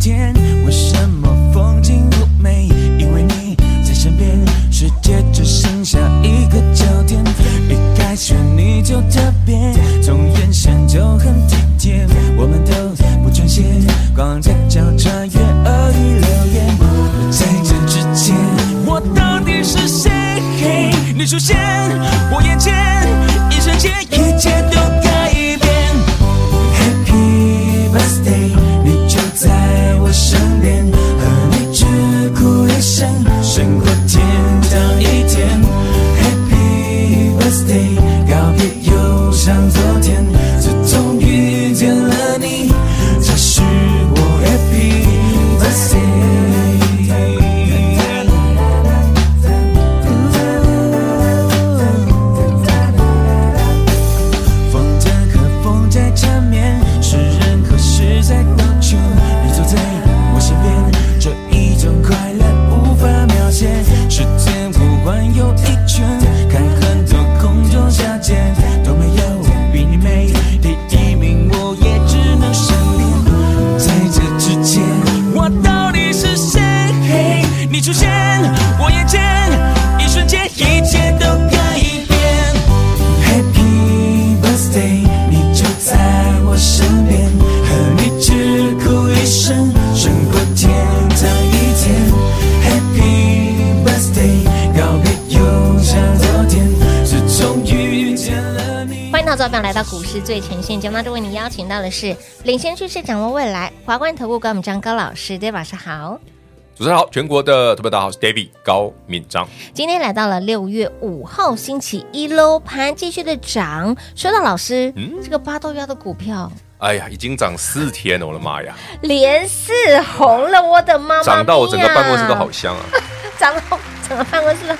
甜？为什么风景不美？因为你在身边，世界只剩下一个焦点。一开始你就特别，从眼神就很体贴，我们都不穿鞋，光着脚穿越耳语流言。在这之前，我到底是谁？嘿你出现我眼前，一瞬间一切都改变。Happy birthday，你就在我身边，和你只哭一声，胜过天堂一天。Happy birthday，告别忧伤昨天，自从遇见了你，才是我 Happy birthday。风筝和风在缠绵，是人和事在兜圈。你走在我身边，这一种快乐无法描写。时间不环游一圈，看很多空中小姐，都没有比你美。第一名我也只能身边。在这之前，我到底是谁？嘿，你出现我眼前，一瞬间一切都改变。Happy birthday，你就在我身边，和你只哭一声，胜过天堂一天。Happy birthday，告别忧伤昨天，自从遇见了你。欢迎到早上来到股市最前线节目当中，为您邀请到的是领先趋势、掌握未来华冠投顾高敏章高老师，大家晚上好。主持人好，全国的特别大家好，我是 David 高敏章。今天来到了六月五号星期一喽，盘继续的涨。说到老师，嗯这个八豆幺的股 票哎呀，已经涨四天了，我的妈呀，连四红了，我的妈妈涨到我整个咪呀办公室都好，香啊！ 涨到整个办公室都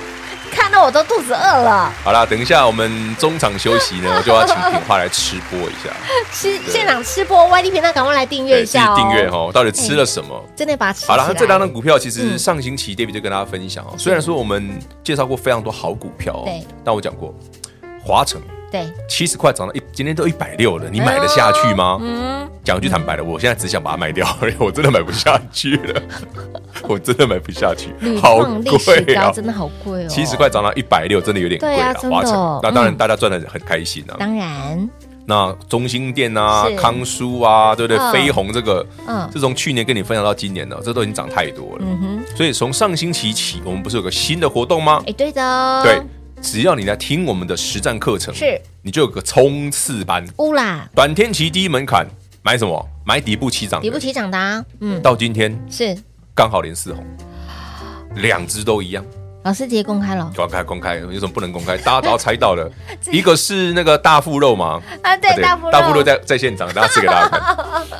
看到我都肚子饿了。好啦，等一下我们中场休息呢，我就要请品花来吃播一 下，吃对现场吃播，YT 频道赶快来订阅一自己下哦，订阅，哦，到底吃了什么？真的把它吃起好了，那这两来档股票其实嗯上星期 David 就跟大家分享哦，虽然说我们介绍过非常多好股票对哦，但我讲过华城。对，七十块涨到一，今天都一百六了，你买得下去吗？哎嗯讲句坦白的，我现在只想把它卖掉，而已，我真的买不下去了，我真的买不下去屡，好创历史贵高，啊！真的好贵哦，七十块涨到一百六，真的有点贵对啊了。真的哦华晨，那当然嗯大家赚的很开心啊。当然，那中兴店啊是、康舒啊，对不嗯对？飞鸿这个嗯，自从去年跟你分享到今年呢，这都已经涨太多了。嗯所以从上星期起，我们不是有个新的活动吗哼，？哎，对的哦，对，只要你来听我们的实战课程，是你就有个冲刺班。乌啦，短天期低门槛买什么？买底部起涨的，底部起涨的啊，嗯，到今天是刚好连四红，两只都一样，老师直接公开了公开公开，有什么不能公开？大家都要猜 到了，一个是那个大腹肉嘛，啊，对啊对大腹肉在在现场，大家吃给大家看。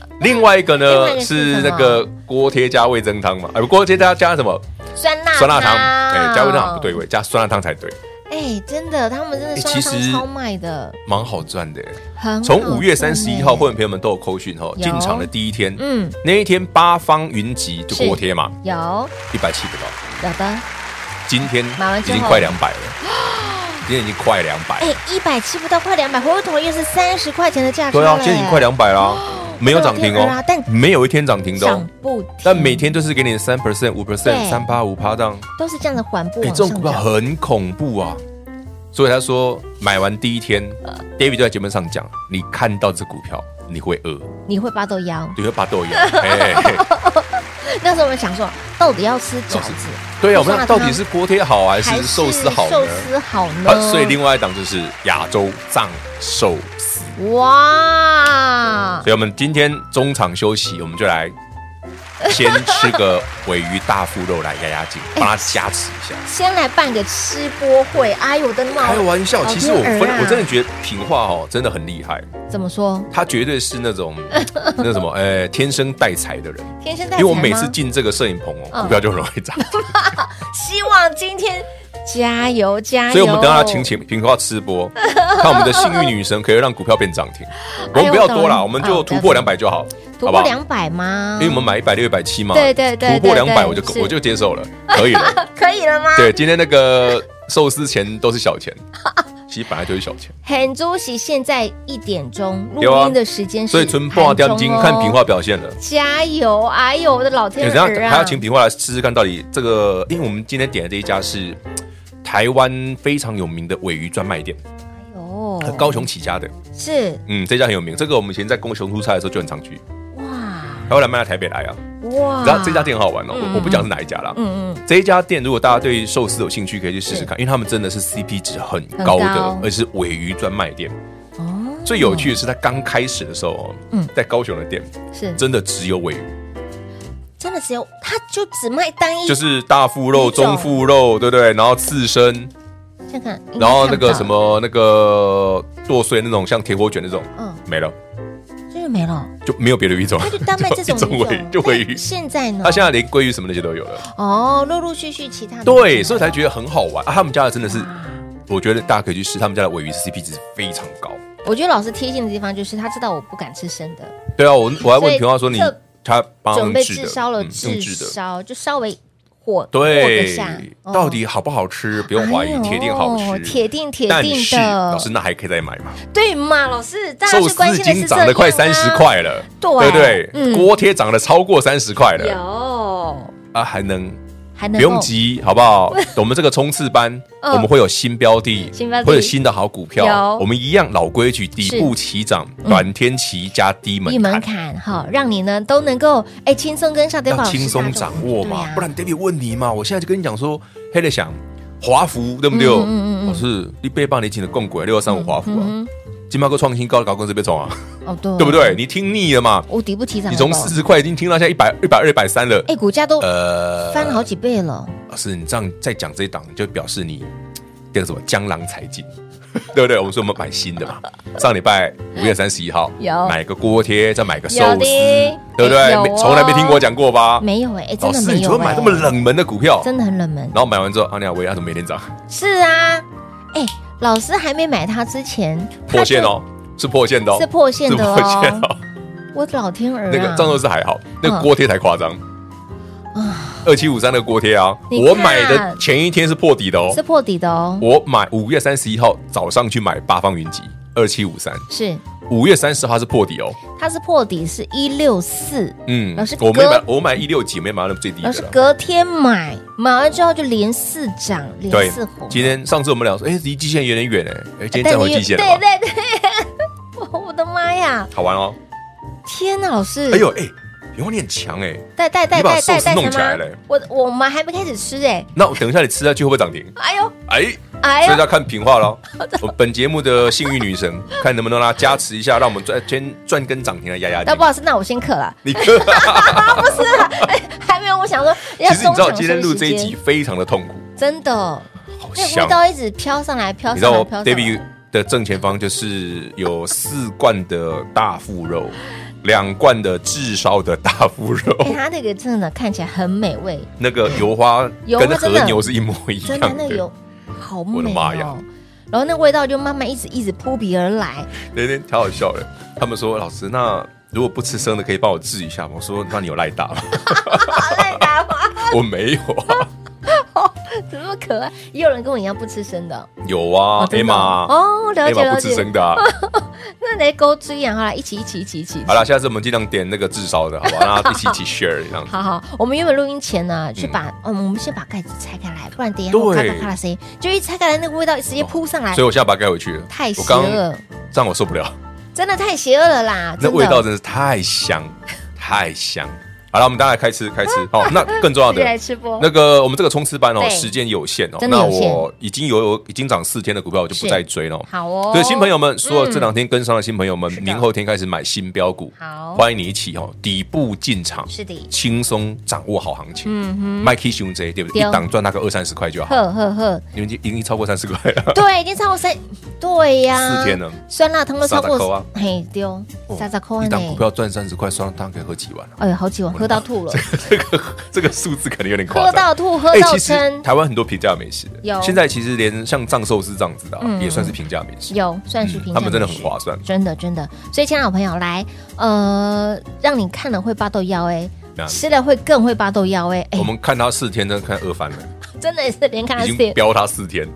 另外一个另外一呢个是是什么那个锅贴加味增汤嘛，哎，不锅贴加加什么酸辣酸辣汤？哎，加味增汤不对，味，加酸辣汤才对，哎，真的，他们真的哎酸辣其汤实超卖的，蛮好赚的。很好从五月三十一号，会赚哎员朋友们都有扣讯哈，有进场的第一天，嗯，那一天八方云集就是锅贴嘛，有一百七不到，有的，今天买完已之后经快两百了，今天已经快两百，哎，一百七不到快两百，回过头又是三十块钱的价格对了，啊，今天已经快哦两百啦，没有涨停对啊哦，但没有一天涨停的哦涨，不停，但每天都是给你三 percent、五 percent、三趴、五趴这样，都是这样的缓步哎，这往种上股票涨，很恐怖啊，所以他说买完第一天，David 就在节目上讲，你看到这股票你会饿，你会八豆腰。你会拔豆 芽，哎，嘿嘿那时候我们想说，到底要吃饺子对啊，我不是们啊到底是锅贴好还还是寿司好寿呢？司好呢？啊所以另外一档就是亚洲藏寿司。哇，所以我们今天中场休息，我们就来先吃个尾鱼大腹肉来压压惊，帮它加持一下。先来办个吃播会，哎呦我的妈！ 开玩笑，其实我好分丢人啊我真的觉得平话哦，真的很厉害。怎么说？他绝对是那种那什么， 呃，天生带财的人。天生带财因为吗我每次进这个摄影棚哦，嗯股票就很容易涨，希望今天加油加油！所以我们等到他请请平话吃播， 看我们的幸运女神可以让股票变涨停。我哎们呦不要多我懂了啦，我们哦就不要突破多两百就好，突好破不好？两百吗？因为我们买一百六、一百七嘛，对对对突破对两对百我就够是我就接受了，可以 了。可以了吗？ 对，今天那个寿司钱都是 小钱，其实本来就是小钱，很周喜现在一点钟录有啊音的时间是所以啊很纯钟破掉金哦看平话表现了。加油！哎呦我的老欸天等一儿下啊！还要请平话来试试看，到底这个，因为我们今天点的这一家是台湾非常有名的尾鱼专卖店，哦，高雄起家的，是嗯，这家很有名。这个我们以前在高雄出差的时候就很常去，哇他后来卖到台北来啊。哇！然后这家店很好玩哦，我我不讲是哪一家啦。嗯嗯这一家店如果大家对寿司有兴趣，可以去试试看，因为他们真的是 CP 值很高很高的，而且是尾鱼专卖店。哦最有趣的是，他刚开始的时候哦，嗯在高雄的店是真的只有尾鱼。真的只有他就只卖单一，就是大腹肉、一种嗯中腹肉，对不对？然后刺身，看看，应该然后那看不个到什，么那个剁碎那种，像铁火卷那种，嗯，没了，就是没了，就没有别的鱼种他就单 卖这种一种鱼尾种就尾鱼但。现在呢？他现在连鲑鱼什么那些都有了，哦，陆陆续续其他的对，所是以才觉得很好玩啊！他们家的真的是，我觉得大家可以去试，他们家的尾鱼 CP 值非常高。我觉得老师贴心的地方就是他知道我不敢吃生的，对啊，我我所还以问平花说你这他帮他准用备制的炙烧了，嗯炙用制的，烧就稍微火过个对下，哦，到底好不好吃不用怀疑哎，呦铁定好吃，铁定铁但定是的老师那还可以再买吗？对嘛？老师，大家寿最关司已心的经是涨了快这样啊三十，块了，对不对？嗯锅贴涨了超过三十块了，有啊，还能还能不用急，好 不好？我们这个冲刺班，嗯我们会有新标的新标的，会有新的好股票有，我们一样老规矩，底部起涨，短天期加低一门门槛，槛哈，让你呢都能够哎轻松跟上对要方轻松掌握嘛，不然然 David 问你嘛，我现在就跟你讲说，黑的想华孚对不嗯对？嗯嗯嗯嗯我是你背半年前的共轨六二三五华孚啊，金茂哥创新高，高公司被冲啊，哦对对不对？？你听腻了嘛？无敌不起涨，你从四十块已经听到现在一百、一百二、一百三了。哎股价都呃，翻了好几倍了，老师，你这样再讲这一档，就表示你这个什么江郎才尽， 对不对？我们说我们买新的 嘛，上礼拜五月三十一号有买个锅贴，再买个寿有司的，对不哎对有哦？没从来没听过讲过吧？没有哎哎真老的师，没你怎有么哎买这么冷门的股票？真的很冷门然，后买完之后，阿尼亚维亚怎么每天涨？是啊，哎老师还没买它之前破线，哦，是破线的哦，是破线的哦是破线哦。它就我老天儿啊那个藏寿司还好，那个嗯锅贴才夸张。二七五三的锅贴啊，啊你看我买的前一天是破底的哦是。破底的哦，我买五月三十一号早上去买八方云集二七五三，是五月三十号是破底哦。它是破底是一六四，嗯老师我没隔买，我买一六几，没买到那最低老的师了。隔天买，买完之后就连四涨，连四红。啊今天上次我们俩说，哎，离极限有点远哎，哎，今天但站回你极限了对嘛，对对， 我我的妈呀！好玩哦。天哪，老师，哎呦哎，平花你很强哎，带带带你把带带寿司带弄起来什了么？我我们还没开始吃哎，那我等一下你吃下去会不会涨停？哎呦哎，哎所以呦，要看平话喽。我本节目的幸运女神，看能不能让她加持一下，让我们赚先赚根涨停来压啊压那惊不。好意思，那我先渴 了，你哥，不是啦，哎 还没有，我想说要其实你中知道场今天休录息这一时集间，非常的痛苦，真的，哦好那香味。道一直飘上来，飘你知道上来，我飘上 David 来。的正前方就是有四罐的大腹肉， 两罐的炙烧的大腹肉， 哎，它那个真的看起来很美味，那个油花油花跟真和的牛是一模一真样的那的个。油好美哦。我的妈呀然后那味道就慢慢一直一直扑鼻而来，那天超好笑的，他们说老师，那如果不吃生的，可以帮我治一下吗？我说那你有赖大吗？ 好赖打吗？ 我没有哦啊。怎么那么可爱？也有人跟我一样不吃生的有啊真的，Emma，哦，了解 Emma 了不吃解。生的啊。那来勾追呀，好啦，一起一起一起一起。好了，下次我们尽量点那个炙烧的，好吧？让大家一起一起 share 这样子。好好，我们原本录音前呢，去把嗯，我们先把盖子拆开来，不然等一下对会咔啦咔啦声音，就一拆开来那个味道直接扑上来所以，我现在把它盖回去了。太我邪刚恶，让我受不了，真的太邪恶了啦！那真的味道真是太香，太香。好了，我们大家来开 吃开吃。哦，那更重要自己来的，吃播。那个我们这个冲刺班哦，对时间有限哦。真的那有限我已经有已经涨四天的股票，我就不是再追了哦。好哦，对新朋友们，所有这两天跟上的新朋友们，明后天开始买新标股，好欢迎你一起哦，底部进场，是的轻松掌握好行情，嗯哼，卖 K 熊 J 对不对？对哦一档赚那个二三十块就好，呵呵呵，你们已经已经超过三十块了，对，已经超过三，对呀，四天了，酸辣汤都超三十块过啊，嘿丢，三十块一呢档，股票赚三十块，双档可以喝几碗 啊？哎呦，好几碗，喝到吐 了，这个这个数字可能有点夸喝张到。吐，喝哎到其实撑，台湾很多平价美食的，有现在其实连像藏寿司这样子的啊、嗯也算是平价美食，有算是平，嗯他们真的很划算。真的真的。所以，亲爱的朋友，来，呃，让你看了会八豆腰哎、那吃了会更会八豆腰哎、哎、我们看他四天，真的看饿翻了，真的是连看到哦已四经天，飙他四天。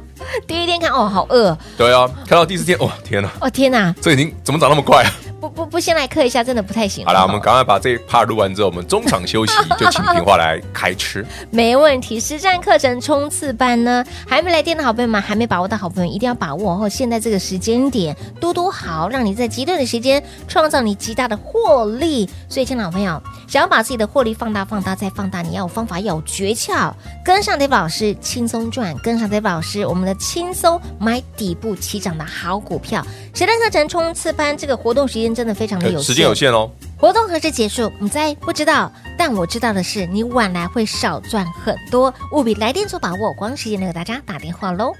第一天看哦好饿，对啊，看到第四天，哇，天哪、哦天哪，这已经怎么涨那 么快、啊？不不不，先来刻一下，真的不太行。好啦，我们赶快把这一 part 录完之后，我们中场休息，就请平话来 开吃。没问题，实战课程冲刺班呢，还没来电的好朋友们，还没把握的好朋友，一定要把握哦！现在这个时间点，多多好，让你在极短的时间创造你极大的获利。所以，亲爱的好朋友，想要把自己的获利放大、放大再放大，你要有方法，要有诀窍，跟上 David 老师轻松赚，跟上 David 老师我们的轻松买底部起涨的好股票。实战课程冲刺班这个活动时间真的非常的有限，时间有限哦，活动何时结束？你猜不知道，但我知道的是，你晚来会少赚很多，务必来电做把握。光时间留给大家打电话喽。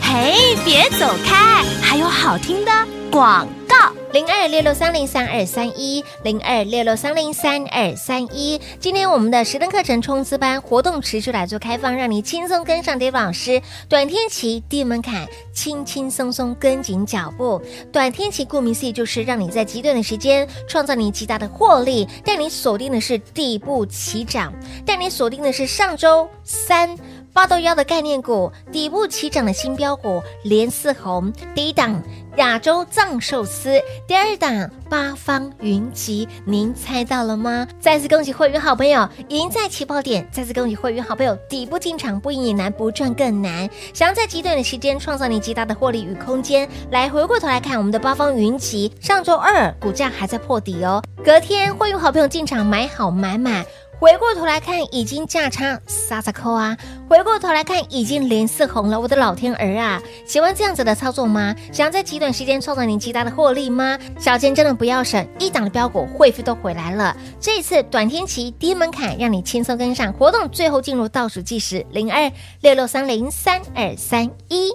嘿，别走开，还有好听的广告。零二六六三零三二三一，零二六六三零三二三一。今天我们的十灯课程冲刺班活动持续来做开放，让你轻松跟上 David 老师。短天期低门槛，轻轻松松跟紧脚步。短天期顾名思义就是让你在极短的时间创造你极大的获利，但你锁定的是底部起涨，但你锁定的是上周三。八豆幺的概念股，底部起涨的新标股，连四红，第一档亚洲藏寿司，第二档八方云集，您猜到了吗？再次恭喜会员好朋友赢在起跑点，再次恭喜会员好朋友底部进场不赢也难，不赚更难。想要在极短的时间创造你极大的获利与空间，来回过头来看我们的八方云集，上周二股价还在破底哦，隔天会员好朋友进场买好买满。回过头来看，已经价差撒撒扣啊！回过头来看，已经连四红了，我的老天儿啊！喜欢这样子的操作吗？想要在极短时间创造你极大的获利吗？小钱真的不要省，一档的标股会费都回来了。这一次短天期低门槛，让你轻松跟上活动，最后进入倒数计时零二六六三零三二三一。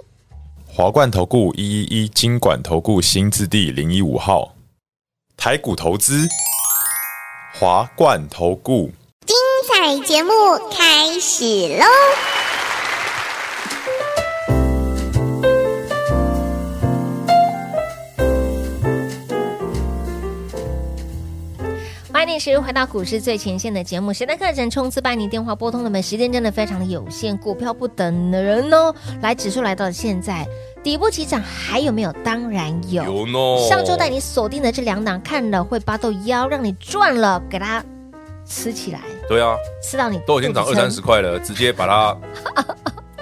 华冠投顾一一一金管投顾新字第零一五号，台股投资，华冠投顾。彩节目开始喽！欢迎你时回到股市最前线的节目，谁的课程冲刺班？你电话拨通了没？时间真的非常的有限，股票不等人哦。来，指数来到了现在，底部起涨还有没有？当然有。有哦呢。上周带你锁定的这两档，看了会八豆腰，让你赚了，给它吃起来，对啊，吃到你都已经涨肚二子撑三十，块了，直接把它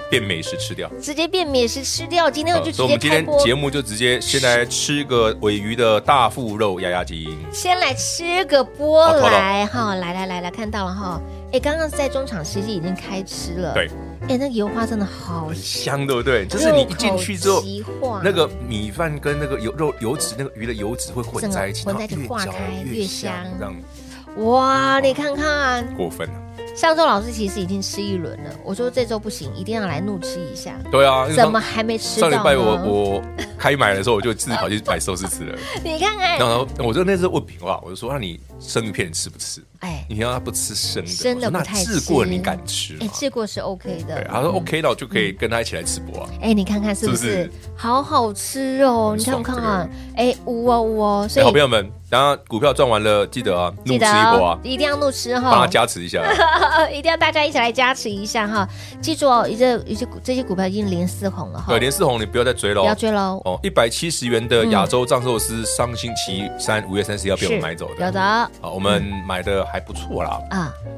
变美食吃掉。直接变美食吃掉。今天我好就所以直我接们今开天播，节目就直接先来吃个尾鱼的大腹肉压压惊。先来吃个波好头了来哈，来来来来，看到了哈。哎，刚刚在中场实际已经开吃了，对，哎，那个油花真的好很香，对不对？就是你一进去之后，即化那个米饭跟那个油肉油脂，那个鱼的油脂会混在一起，整个混在一起然后化越嚼开越越香香，这样哇，你看看，过分啊。上周老师其实已经吃一轮了，我说这周不行，一定要来怒吃一下。对啊，因为怎么上还没吃到上呢？礼拜我我开买的时候，我就自己跑去买寿 司吃了。你看然看，后我就那次问平话，我就说：“那你生鱼片你吃不吃？哎你要他不吃生的，生的我说那不太治过吃你敢吃哎，嗯吗？”吃过是 OK 对，的。他说 OK，那我就可以跟他一起来吃播啊。哎，你看看是不是是不好好吃哦？很你看不看啊爽？哎，呜哦呜哦，所哎好朋以友们，然后股票赚完了，记得啊，怒记吃一得哦波啊，，一定要怒吃帮哈他，加持一下啊。 一定要大家一起来加持一下哈。记住哦，这这些股这些股票已经连四红了哈对，，连四红你不要再追喽不要，追喽，嗯哦，一百七十元的亚洲藏寿司，上星期三五月三十要被我们买走的，有的啊，啊，我们买的还不错啦。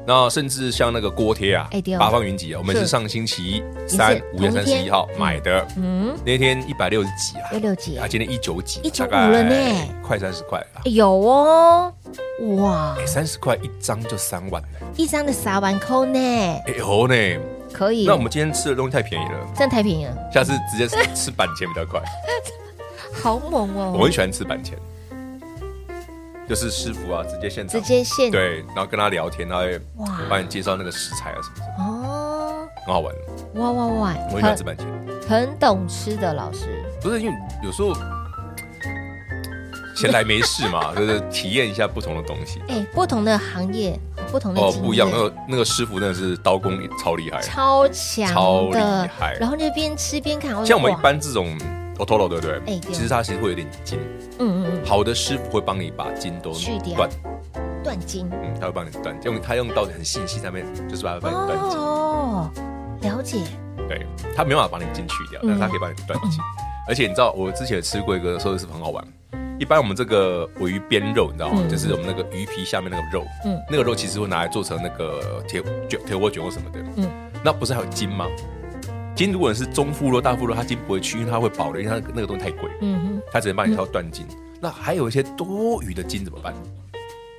那甚至像那个锅贴啊哎对哦，八方云集啊，我们是是上星期是三五同月一三十一天号买的，嗯，那天一百六十几啊，六六几啊，今天一九几， 195大概了呢快三十块了啦。有哦，哇，三十块一张就三万，一张的撒完扣呢，哎呦呢！可以，那我们今天吃的东西太便宜了，这样太便宜了，下次直接吃吃板前比较快。好猛哦，我很喜欢吃板前，就是师傅啊，直接现场直接现对，然后跟他聊天，他会哇帮你介绍那个食材啊什么什么，哦，很好玩。哇哇哇，我很喜欢吃很板前，很懂吃的老师，不是因为有时候闲来没 事嘛，就是体验一下不同的东西。哎，不同的行业，不同的哦，经不一样，验那个那个师傅真的是刀工超厉害。超强的，超厉害然后那边吃边看，像我们一哇，般这种 otoro 对不对？哎对其实它其实会有点筋，嗯嗯好的师傅会帮你把筋都去掉断，嗯，断筋嗯，他会帮你断，用他用刀子很细细上面，就是把它帮你断筋，哦，了解，对，他没办法把你筋去掉，嗯但是他可以帮你断筋。而且你知道，我之前吃过一个寿司是很好玩。一般我们这个尾鱼边肉，你知道吗？嗯就是我们那个鱼皮下面那个肉，嗯那个肉其实会拿来做成那个铁卷、铁锅卷或什么的，嗯那不是还有筋吗？筋如果你是中腹肉、大腹肉，它筋不会去，因为它会薄的，因为它那个那个东西太贵了。嗯它只能帮你挑断筋。那还有一些多余的筋怎么办？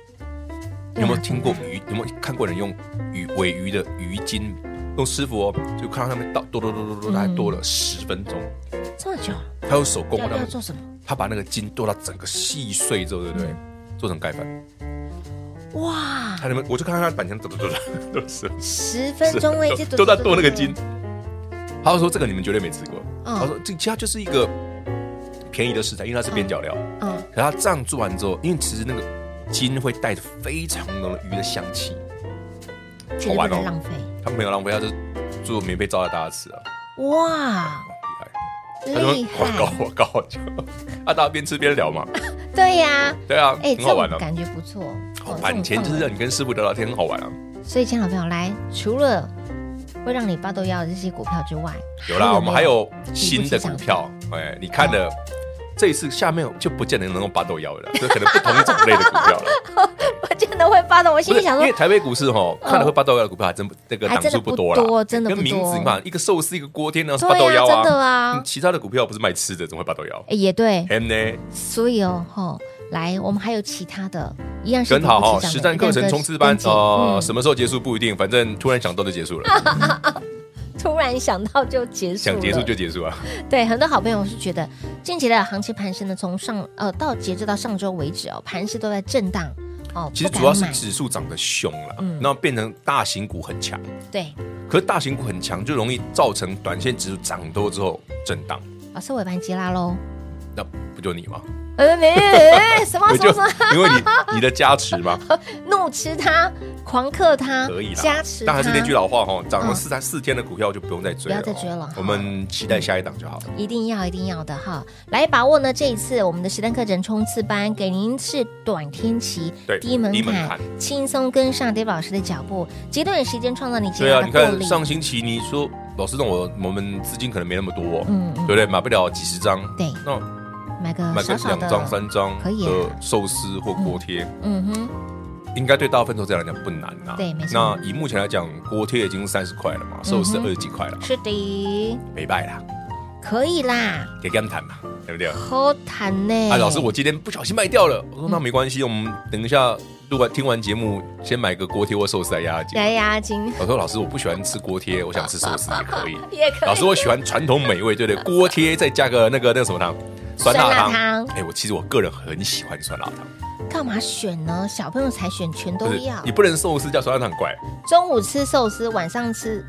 对啊有没有听过鱼？有没有看过人用鱼尾鱼的鱼筋？用师傅哦，就看到他们倒剁剁剁剁剁，大概剁了十分钟。哼，这么久，他用手工要帮他要们做，什么？他把那个筋剁到整个细碎之后，对不对？做成盖饭。哇，他那边我就看他板前剁剁剁剁剁十十分钟哎，这都在剁那个筋。。他就说这个你们绝对没吃过。嗯他说这其他就是一个便宜的食材，因为它是边角料。嗯，可它这样做完之后，因为其实那个筋会带着非常浓的鱼的香气，绝对不哦能浪费。它没有浪费，它就做免费招待大家吃啊，哇，厉害！他说厉我高害！我高就， 啊，大家边吃边聊嘛，对呀，对啊，哎，很好玩这种啊。感觉不错。好哦板前就是让你跟师傅聊聊天，很好玩啊。所以，亲爱的朋友，来，除了会让你发抖腰的这些股票之外，有啦，我们还没有新的股票，哎，你看的这一次下面就不见得能够拔豆腰了，这可能不同种类的股票了。我真的会发抖，我不心是，里想因说为，台北股市哈，看了会八豆腰的股票还真不那个还档真的数不不多啦，多真的跟不名字多你看，一个寿司，一个锅贴，那是八豆 对呀，腰真的啊。啊嗯，其他的股票不是卖吃的，怎么会八豆腰哎也对， ？M 呢？所以哦，吼，来，我们还有其他的，一样是跟好底部哈，起涨的实战课程冲刺一班样跟哦，跟嗯什进么时候结束不一定，反正突然想到就结 束了，嗯突然想到就结束了，想结束就结 束啊。对，很多好朋友是觉得近期的行情盘升呢，从上呃到截止到上周为止哦，盘势都在震荡哦，其实不敢主要是买指数涨得凶了嗯，那变成大型股很强，对，可是大型股很强就容易造成短线指数涨多之后震荡，老师尾哦盘急拉喽，那不就你吗？哎没哎什 么不什么就什么，因为你你的加持吗？怒吃它，狂克它，可以啦，加持它，但还是那句老话哈，涨嗯了四三四天的股票就不用再追了哦，不要再追了我们期待下一档就好了。一定要一定要的哈！来把握呢，这一次我们的实战课程冲刺班给您是短天期对低门低门槛，槛轻松跟上 Dave 老师的脚步，极短时间创造你极对啊，大你的获看利。上星期你说老师让我我们资金可能没那么多哦，嗯对嗯，不对？买不了几十张，对，那买个买个少少两的，张三张可以啊的寿司或锅贴，嗯哼，应该对大部分投资者来讲不难啊。对没错那以目前来讲，锅贴已经三十块了嘛，寿司嗯哼二十几块了，是的，没败啦，可以啦，给他们谈嘛，对不对？好谈呢。啊，老师，我今天不小心卖掉了。我说那没关系，我们等一下录完听完节目，先买个锅贴或寿司来压压惊。来押金我说老师，我不喜欢吃锅贴，我想吃寿司也可以。也可以，老师，我喜欢传统美味，对 不对？锅贴再加个那个那个什么汤，酸辣酸辣汤。汤哎，我其实我个人很喜欢酸辣汤，干嘛选呢？小朋友才选，全都不是要你。不能寿司加酸辣汤很怪，中午吃寿司，晚上吃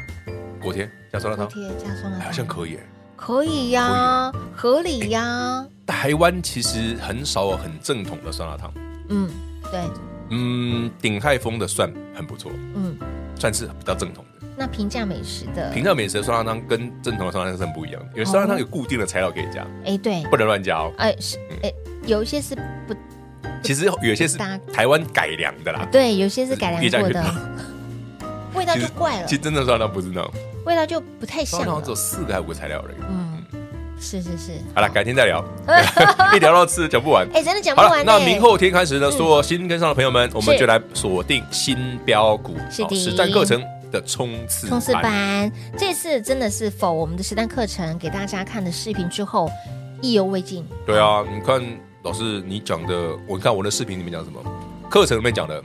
锅贴加酸辣锅汤贴加酸辣哎汤，好像可以耶。可以呀，合理呀，台湾其实很少有很正统的酸辣汤，嗯，对，嗯，鼎泰丰的算很不错，嗯，算是比较正统的。那平价美食的，平常美食的酸辣汤跟正常的酸辣汤是很不一样的，因为酸辣汤有固定的材料可以加，哎，对，不能乱加哦。哎是，哎，有一些是不其实有些是搭台湾改良的啦，对，有哎些是改良过越加越的，味道其就实怪了其，实真的酸辣汤不是那种，味道就不太像酸辣汤了只有，四个还有五个材料而已。嗯，是是是，好了，改天再 聊，一聊到吃讲不完。哎，真的讲不好了，完呢。嗯那明后天开始呢，所有新跟上的朋友们，我们就来锁定新标股，是好的实战课程的冲刺冲刺班这次真的是否我们的实战课程给大家看的视频之后意犹未尽，对啊，你看老师你讲的，我看我的视频里面讲什么，课程里面讲的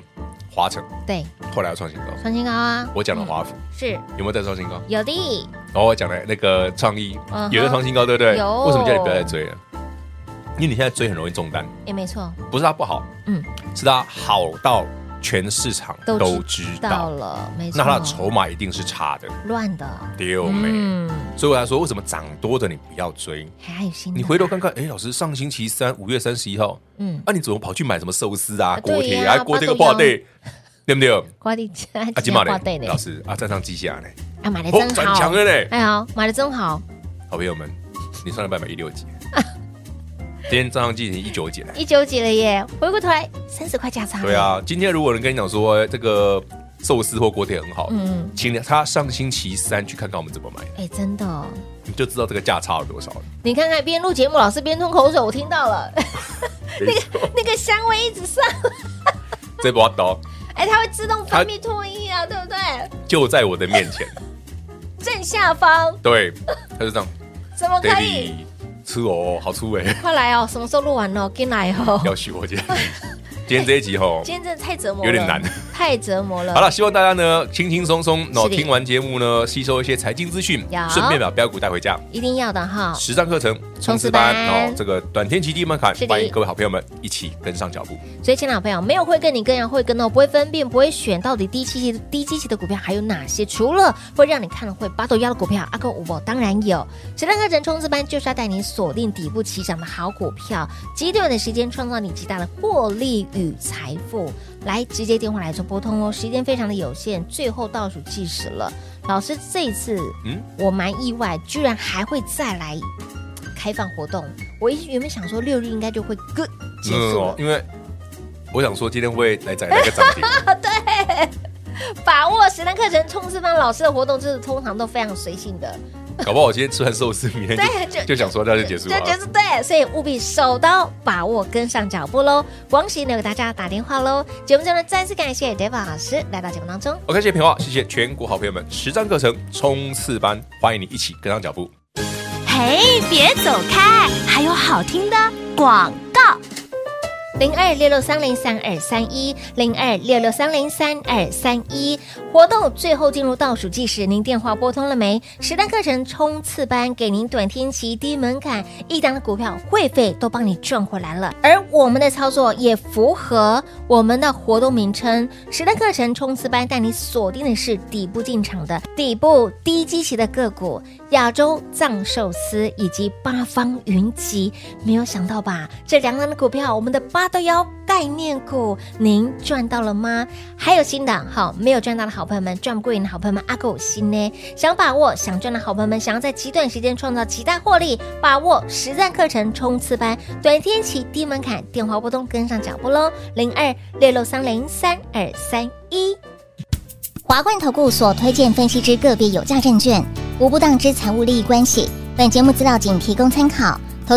华晨，对，后来要创新高，创新高啊！我讲的华府是有没有在创新高？有的，然后我讲的那个创意嗯哼有在创新高，对不对？有为什么叫你不要再追了？因为你现在追很容易中单，也没错，不是它不好，嗯，是它好到全市场都都知知道道，了，没错。那它的筹码一定是差的，乱的，丢没？嗯，所以我才说，为什么涨多的你不要追？还有新的，你回头看看，哎，老师，上星期三五月三十一号，嗯，啊，你怎么跑去买什么寿司啊、啊锅贴对呀啊、锅贴个八破斗羊对， 对不对？啊，瓜地啊今嘛挂嘞对，老师啊，站上机下嘞，啊，买的哦，真转好强，了嘞。哎呦，买的真好，好朋友们，你上礼拜买一六几？ 今天账上进行一九几了。一九几了耶，回过头来三十块价差，对，啊，今天如果有人跟你讲说哎这个寿司或锅贴很好，嗯，请他上星期三去看看我们怎么买，哎，真的哦，你就知道这个价差有多少了。你看看边录节目，老师边吞口水，我听到了， 没错， 那个香味一直上。这把刀哎，它会自动分泌唾液啊，对不对？就在我的 面前，正下方对，他就这样怎么可以？ ，David 吃哦，好粗哎，快来哦，什么时候录完了？跟来哦。要许我姐。 今天这一集吼，今天真的太折磨了，有点难， 太折磨了。好了，，希望大家呢轻轻松松，是哦，的听完节目呢，吸收一些财经资讯有，顺便把标股带回家。一定要的哈。实战课程冲冲刺刺班班哦，这个短天极低门槛是，的欢迎各位好朋友们一起跟上脚步。所以，亲爱的朋友，没有会跟你跟人会跟哦，不会分辨，不会选，到底低基期低基期的股票还有哪些？除了会让你看了会八头腰的股票，阿公五宝当然有。实战课程冲刺班就是要带你锁定底部起涨的好股票，极短的时间创造你极大的获利与财富。来，直接电话来做拨通哦，时间非常的有限，最后倒数计时了。老师这一次，嗯嗯，我蛮意外，居然还会再来开放活动。我一原本想说六日应该就会 good 结束了哦，因为我想说今天会来涨一个涨停，把握实战课程冲刺班老师的活动，就是通常都非常随性的， 搞不好我今天吃完寿司，明 天对，就就想说那就结束就结了。束对，所以务必手刀把握跟上脚步喽！广喜呢给大家打电话喽！节目中呢再次感谢 David 老师来到节目当中。 OK，谢谢平话，谢谢全国好朋友们，实战课程冲刺班，欢迎你一起跟上脚步。嘿，别走开，还有好听的广告。零二六六三零三二三一，零二六六三零三二三一。活动最后进入倒数计时，您电话拨通了没？实战课程冲刺班给您短天期低门槛，一档的股票会费都帮你赚回来了，而我们的操作也符合我们的活动名称“实战课程冲刺班”，带你锁定的是底部进场的底部低基期的个股，亚洲藏寿司以及八方云集。没有想到吧？这两档的股票，我们的八六幺概念股，您赚到了吗？还有新档，好，没有赚到的好朋友们，赚不过瘾的好朋友们，阿狗心呢？想把握、想赚的好朋友们，想要在极短时间创造极大获利，把握实战课程冲刺班，短天起低门槛，电话拨通，跟上脚步喽，零二六六三零三二三一。华冠投顾所推荐分析之个别有价证券，无不当之财务利益关系。本节目资料仅提供参考，投